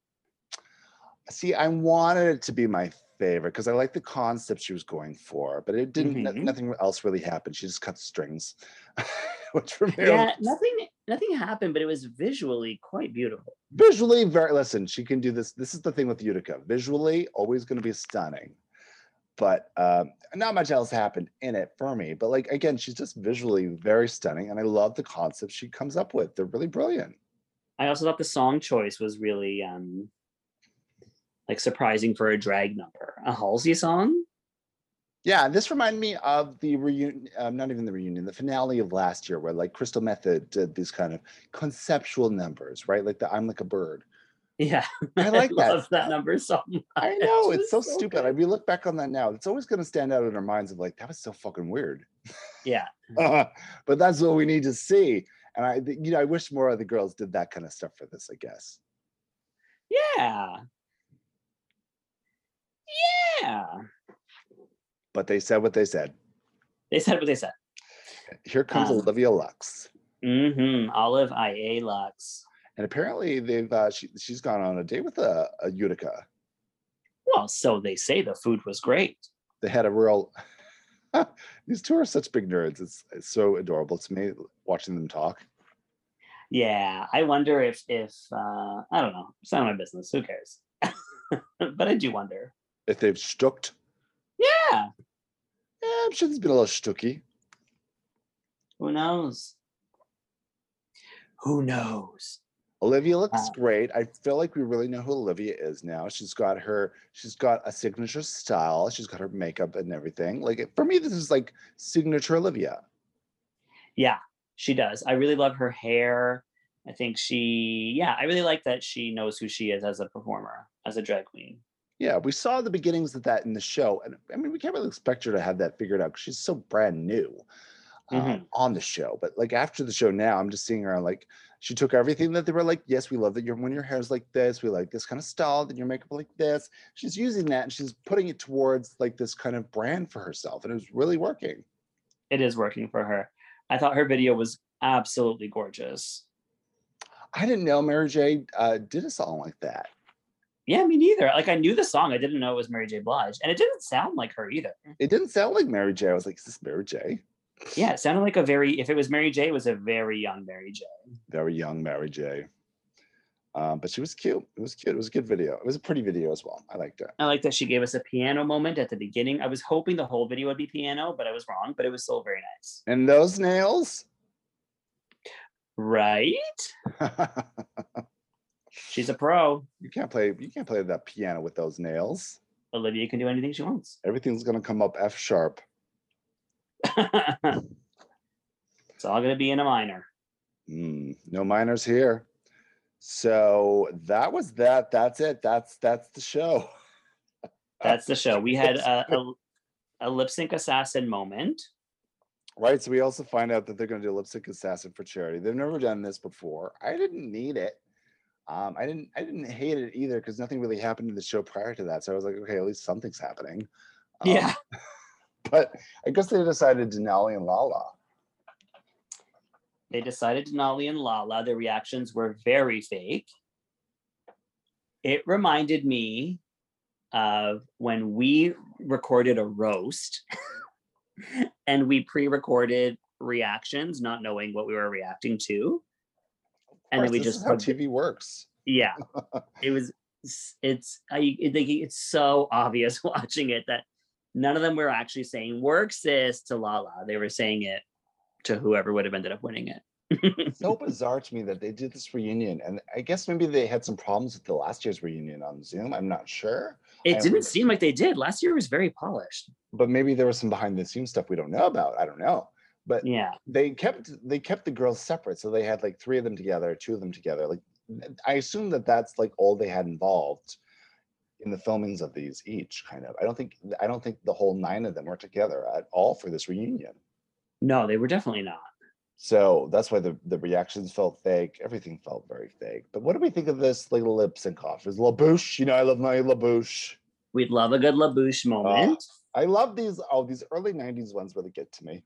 S1: See, I wanted it to be my favorite because I like the concept she was going for, but it didn't. no-
S2: Mhm.
S1: Nothing else really happened. She just cut strings, *laughs* which for me was
S2: Yeah, nothing nothing happened, but it was visually quite beautiful.
S1: visually very. Listen, she can do this. This is the thing with Utica. Visually, always going to be stunning. But um, not much else happened in it for me. But like again, she's just visually very stunning, and I love the concepts she comes up with. They're really brilliant.
S2: I also thought the song choice was really um like surprising for a drag number. A Halsey song?
S1: Yeah, this reminded me of the reunion, um, not even the reunion, the finale of last year, where like Crystal Method did these kind of conceptual numbers, right? Like the "I'm like a bird."
S2: Yeah. *laughs*
S1: I like that.
S2: love that number so much. *laughs*
S1: I know
S2: It
S1: it's so,
S2: was
S1: stupid. I
S2: good.
S1: mean, look back on that now; it's always going to stand out in our minds of like that was so fucking weird.
S2: Yeah.
S1: *laughs* but that's what we need to see. And I, th- you know, I wish more of the girls did that kind of stuff for this. I guess.
S2: Yeah. Yeah.
S1: But they said what they said.
S2: They said what they said.
S1: Here comes
S2: Um,
S1: Olivia Lux,
S2: Mm-hmm. Olive IA Lux.
S1: and apparently they've uh, she, she's gone on a date with a, a Utica.
S2: Well, so they say the food was great.
S1: They had a real. *laughs* These two are such big nerds. It's, it's so adorable to me watching them talk.
S2: Yeah. I wonder if if uh I don't know. It's not my business. Who cares? *laughs* but I do wonder.
S1: If they've stooked,
S2: Yeah.
S1: yeah, I'm sure there's been a little stooky.
S2: Who knows? Who knows?
S1: Olivia looks
S2: Uh,
S1: great. I feel like we really know who Olivia is now. She's got her, she's got a signature style. She's got her makeup and everything. Like it- for me, this is like signature Olivia.
S2: Yeah, she does. I really love her hair I think she, yeah, I really like that she knows who she is as a performer, as a drag queen.
S1: Yeah, we saw the beginnings of that in the show, and I mean, we can't really expect her to have that figured out. 'cause She's so brand new um,
S2: Mhm.
S1: on the show, but like after the show now, I'm just seeing her like she took everything that they were like, yes, we love that your when your hair is like this, we like this kind of style, then your makeup like this. She's using that and she's putting it towards like this kind of brand for herself, and it was really working.
S2: It is working for her. I thought her video was absolutely gorgeous.
S1: I didn't know Mary J uh, did a song like that.
S2: Yeah, me neither. Like I knew the song, I didn't know it was Mary J. Blige, and it didn't sound like her either.
S1: It didn't sound like Mary J. I was like, is this Mary J?
S2: Yeah, it sounded like a very. If it was Mary J, it was a very young Mary J.
S1: Very young Mary J. Um, but she was cute. It was cute. It was a good video. It was a pretty video as well. I liked it.
S2: I like that she gave us a piano moment at the beginning. I was hoping the whole video would be piano, but I was wrong. But it was still very nice,
S1: And those nails. *laughs*
S2: right? She's a pro.
S1: you can't play. You can't play that piano with those nails.
S2: Olivia can do anything she wants. *laughs*
S1: Everything's gonna come up F sharp.
S2: it's all going to be in a minor.
S1: Mm, no minors here. So that was that. That's it. That's that's the show. *laughs*
S2: That's the show. We had a, a, a lip sync assassin moment.
S1: Right. So we also find out that they're going to do lip sync assassin for charity. They've never done this before. I didn't need it. Um, I didn't. I didn't hate it either because nothing really happened in the show prior to that. So I was like, okay, at least something's happening. Um,
S2: yeah.
S1: *laughs* But I guess they decided Denali and Lala.
S2: They decided Denali and Lala, their reactions were very fake. It reminded me of when we recorded a roast *laughs* and we pre recorded reactions, not knowing what we were reacting to. And then
S1: Course,
S2: we
S1: this
S2: just
S1: is how
S2: put
S1: TV works. *laughs*
S2: yeah it was s- it's i it, like, it's so obvious *laughs* watching it that none of them were actually saying work sis to lala they were saying it to whoever would have ended up winning it
S1: so bizarre to me that they did this reunion, and I guess maybe they had some problems with the last year's reunion on Zoom. I'm not sure,
S2: it
S1: I remember.
S2: didn't seem like they did last year was very polished
S1: but maybe there was some behind the scenes stuff we don't know about. I don't know. But
S2: yeah
S1: they kept they kept the girls separate so they had like three of them together two of them together like th- i assume that that's like all they had involved in the filmings of these each kind of i don't think i don't think the whole nine of them were together at all for this reunion
S2: no they were definitely not
S1: so that's why the, the reactions felt fake everything felt very fake but what do we think of this like lip sync off is labouche you know i love my labouche
S2: we'd love a good labouche moment
S1: i love these oh these early 90s ones really get to me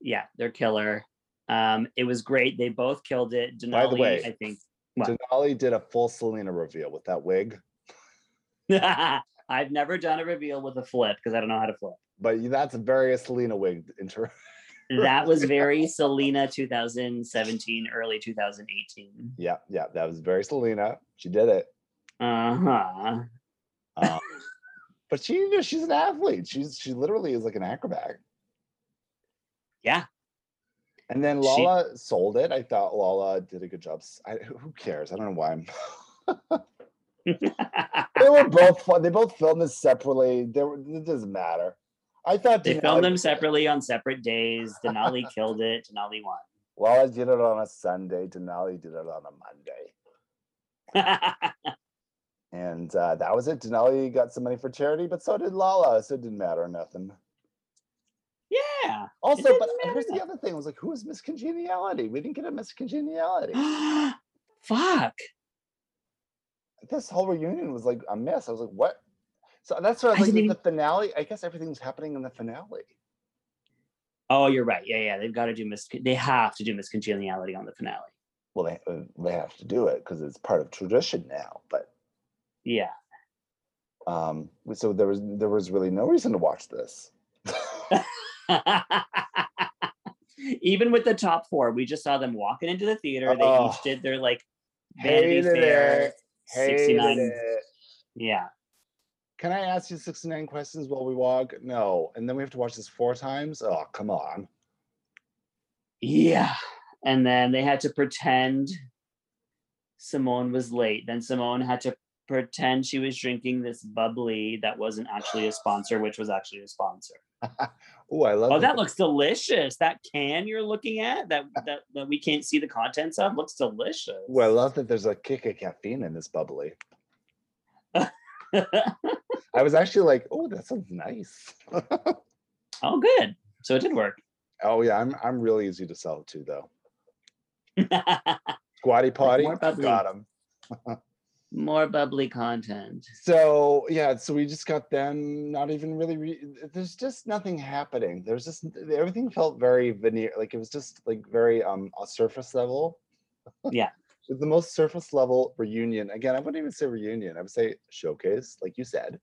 S2: yeah they're killer um it was great they both killed it denali
S1: By the way-
S2: i think *laughs* What?
S1: denali did a full selena reveal with that wig
S2: i've never done a reveal with a flip because i don't know how to flip
S1: but you- that's a very Selena wig inter-
S2: that was very Selena 2017, early 2018.
S1: *laughs* Yeah, yeah, that was very Selena. She did it.
S2: Uh huh.
S1: Um, but she, you know, she's an athlete. She's she literally is like an acrobat.
S2: Yeah.
S1: And then
S2: She-
S1: Lala sold it. I thought Lala did a good job. S- I, who cares? I don't know why.
S2: *laughs*
S1: I'm they were both fun. They both filmed this separately. They were, it doesn't matter. I thought
S2: *laughs* they
S1: Denali
S2: filmed
S1: did
S2: them
S1: it.
S2: separately on separate days. Denali killed it. Denali
S1: Lala did it on a Sunday. Denali did it on a Monday.
S2: won.
S1: And uh, that was it. Denali got some money for charity, but so did Lala. So it didn't matter nothing.
S2: *laughs* yeah. *gasps*
S1: Also, but
S2: didn't matter
S1: here's the other thing. I was like, who is Miss Congeniality? We didn't get a Miss
S2: *gasps*
S1: Congeniality.
S2: Fuck.
S1: this whole reunion was like a mess. I was like, what? So that's what I
S2: I
S1: was like,
S2: didn't
S1: the finale. I guess everything's happening in the finale.
S2: Oh, you're right. Yeah, yeah. They've got to do mis. They have to do miscongeniality on the finale.
S1: Well, they, uh, they have to do it because it's part of tradition now. But
S2: Yeah. *laughs*
S1: um, so there was there was really no reason to watch
S2: *laughs*
S1: this.
S2: Even with the top four, we just saw them walking into the theater. They
S1: Oh.
S2: each did their like Vanity
S1: Hated
S2: Fair
S1: it. Hated
S2: 69.
S1: it.
S2: Yeah.
S1: Can I ask you 69 questions while we walk? No. And then we have to watch this four times? Oh, come on.
S2: Yeah. And then they had to pretend Simone was late. Then Simone had to pretend she was drinking this bubbly that wasn't actually a sponsor, which was actually a sponsor.
S1: Oh, I love
S2: Oh, that looks delicious. That can you're looking at that that, that we can't see the contents of looks delicious.
S1: Ooh,
S2: *laughs*
S1: I love that there's a kick of caffeine in this bubbly. I was actually like, oh, that sounds nice. *laughs*
S2: oh, good. So it did work. *laughs*
S1: oh yeah, I'm I'm really easy to sell to though. Squatty potty,
S2: more bubbly.
S1: got him.
S2: More bubbly content.
S1: So yeah, so we just got them not even really. Re- there's just nothing happening. There's just everything felt very veneer, like it was just like very um a surface level. *laughs*
S2: Yeah.
S1: It was the most surface level reunion. Again, I wouldn't even say reunion. I would say showcase, like you said.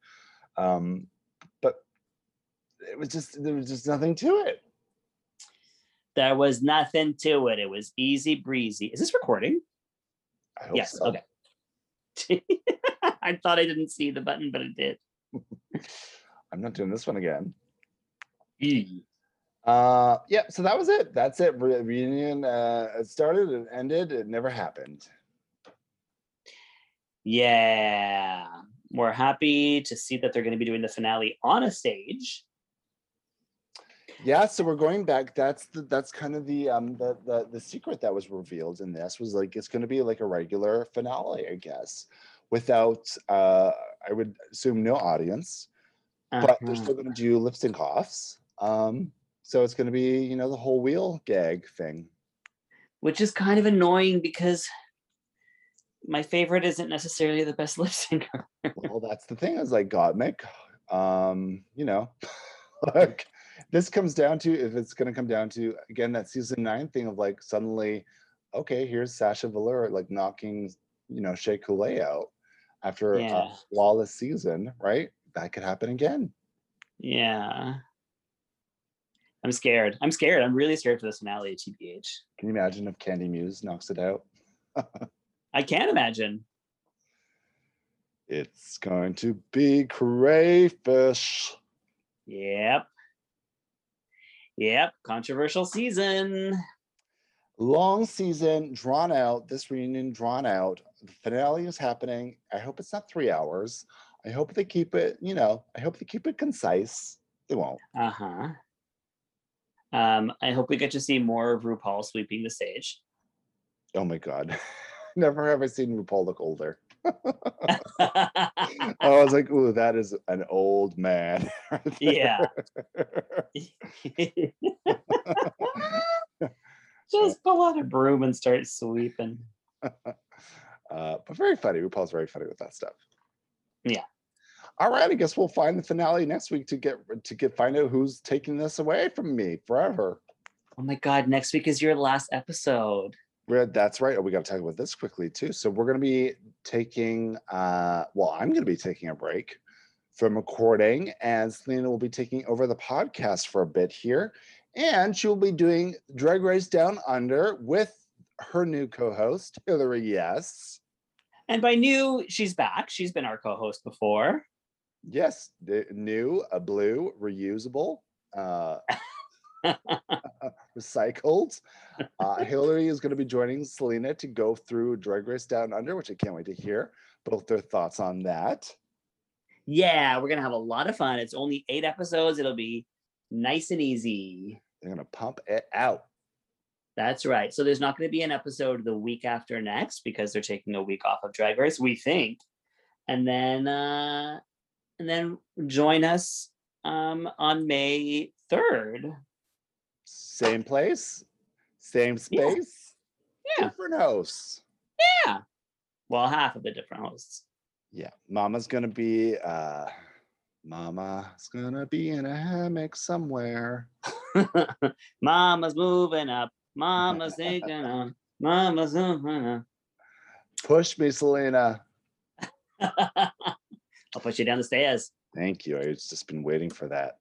S1: Um, but it was just there was just nothing to it.
S2: There was nothing to it. It was easy breezy. Is this recording?
S1: I hope
S2: Yes.
S1: so.
S2: Okay. *laughs* I thought I didn't see the button, but it did.
S1: I'm not doing this one again.
S2: Mm.
S1: Uh, yeah, so that was it. That's it. Re- reunion uh, it started, it ended, it never happened.
S2: Yeah. We're happy to see that they're going to be doing the finale on a stage.
S1: Yeah, so we're going back. That's the that's kind of the um the the, the secret that was revealed in this was like it's going to be like a regular finale, I guess, without uh I would assume no audience, but they're
S2: Uh-huh.
S1: still going to do lips and coughs. Um, so it's going to be you know the whole wheel gag thing.
S2: which is kind of annoying because my favorite isn't necessarily the best *laughs* lip singer.
S1: well, that's the thing. Is like Gottmik, um, you know, *laughs* like this comes down to if it's going to come down to again that season nine thing of like suddenly, okay, here's Sasha Velour like knocking you know Shea Coulee out after a
S2: Yeah.
S1: flawless season, right? That could happen again.
S2: Yeah. I'm scared. I'm scared. I'm really scared for this finale, TBH.
S1: Can you imagine if Candy Muse knocks it out?
S2: I can't imagine.
S1: It's going to be crayfish.
S2: Yep. Yep. Controversial season.
S1: long season drawn out this reunion drawn out the finale is happening i hope it's not three hours i hope they keep it you know i hope they keep it concise they won't
S2: Uh huh. Um, I hope we get to see more of RuPaul sweeping the stage. *laughs*
S1: oh my god *laughs* never have i seen rupaul look older i was like ooh that is an old man *laughs* right
S2: yeah.
S1: there."
S2: Just pull out a broom and start sweeping.
S1: uh, but very funny rupaul's very funny with that stuff
S2: Yeah.
S1: all right i guess we'll find the finale next week to get to get find out who's taking this away from me forever
S2: Oh my God, next week is your last episode.
S1: We're, that's right. Oh, we got to talk about this quickly too. So we're going to be taking, uh, well, I'm going to be taking a break from recording, and Selena will be taking over the podcast for a bit here, and she will be doing Drag Race Down Under with her new co-host Hillary. Yes,
S2: And by new, she's back. She's been our co host before.
S1: yes, the new, a blue, reusable,
S2: *laughs*
S1: uh, recycled.
S2: *laughs*
S1: Uh, Hillary is going to be joining Selena to go through Drag Race Down Under, which I can't wait to hear both their thoughts on that.
S2: Yeah, we're going to have a lot of fun. It's only eight episodes. It'll be nice and easy.
S1: They're going to pump it out.
S2: That's right. So there's not going to be an episode the week after next because they're taking a week off of Drag Race, we think. And then, uh, and then join us um, on May 3rd.
S1: Same place, same
S2: Yeah.
S1: space,
S2: Yeah.
S1: different hosts.
S2: Well, half of the different hosts. *laughs*
S1: Yeah, Mama's going to be. uh Mama's gonna be in a hammock somewhere.
S2: Mama's moving up. Mama's taking up. Mama's moving up.
S1: Push me, Selena.
S2: *laughs* I'll put you down the stairs.
S1: Thank you. I've just been waiting for that.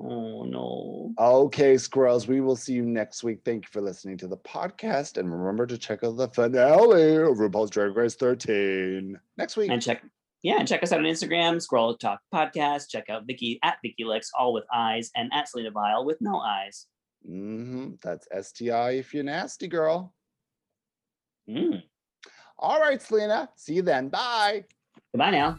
S2: Oh no.
S1: Okay, squirrels, we will see you next week. Thank you for listening to the podcast. And remember to check out the finale of RuPaul's Drag Race 13 next week.
S2: And check yeah, and check us out on Instagram, Scroll Talk Podcast. Check out Vicky at Vicky Lex, all with eyes, and at Selena Vile with no eyes.
S1: hmm That's STI if you're nasty, girl.
S2: Mm.
S1: All right, Selena. See you then. Bye.
S2: Goodbye now.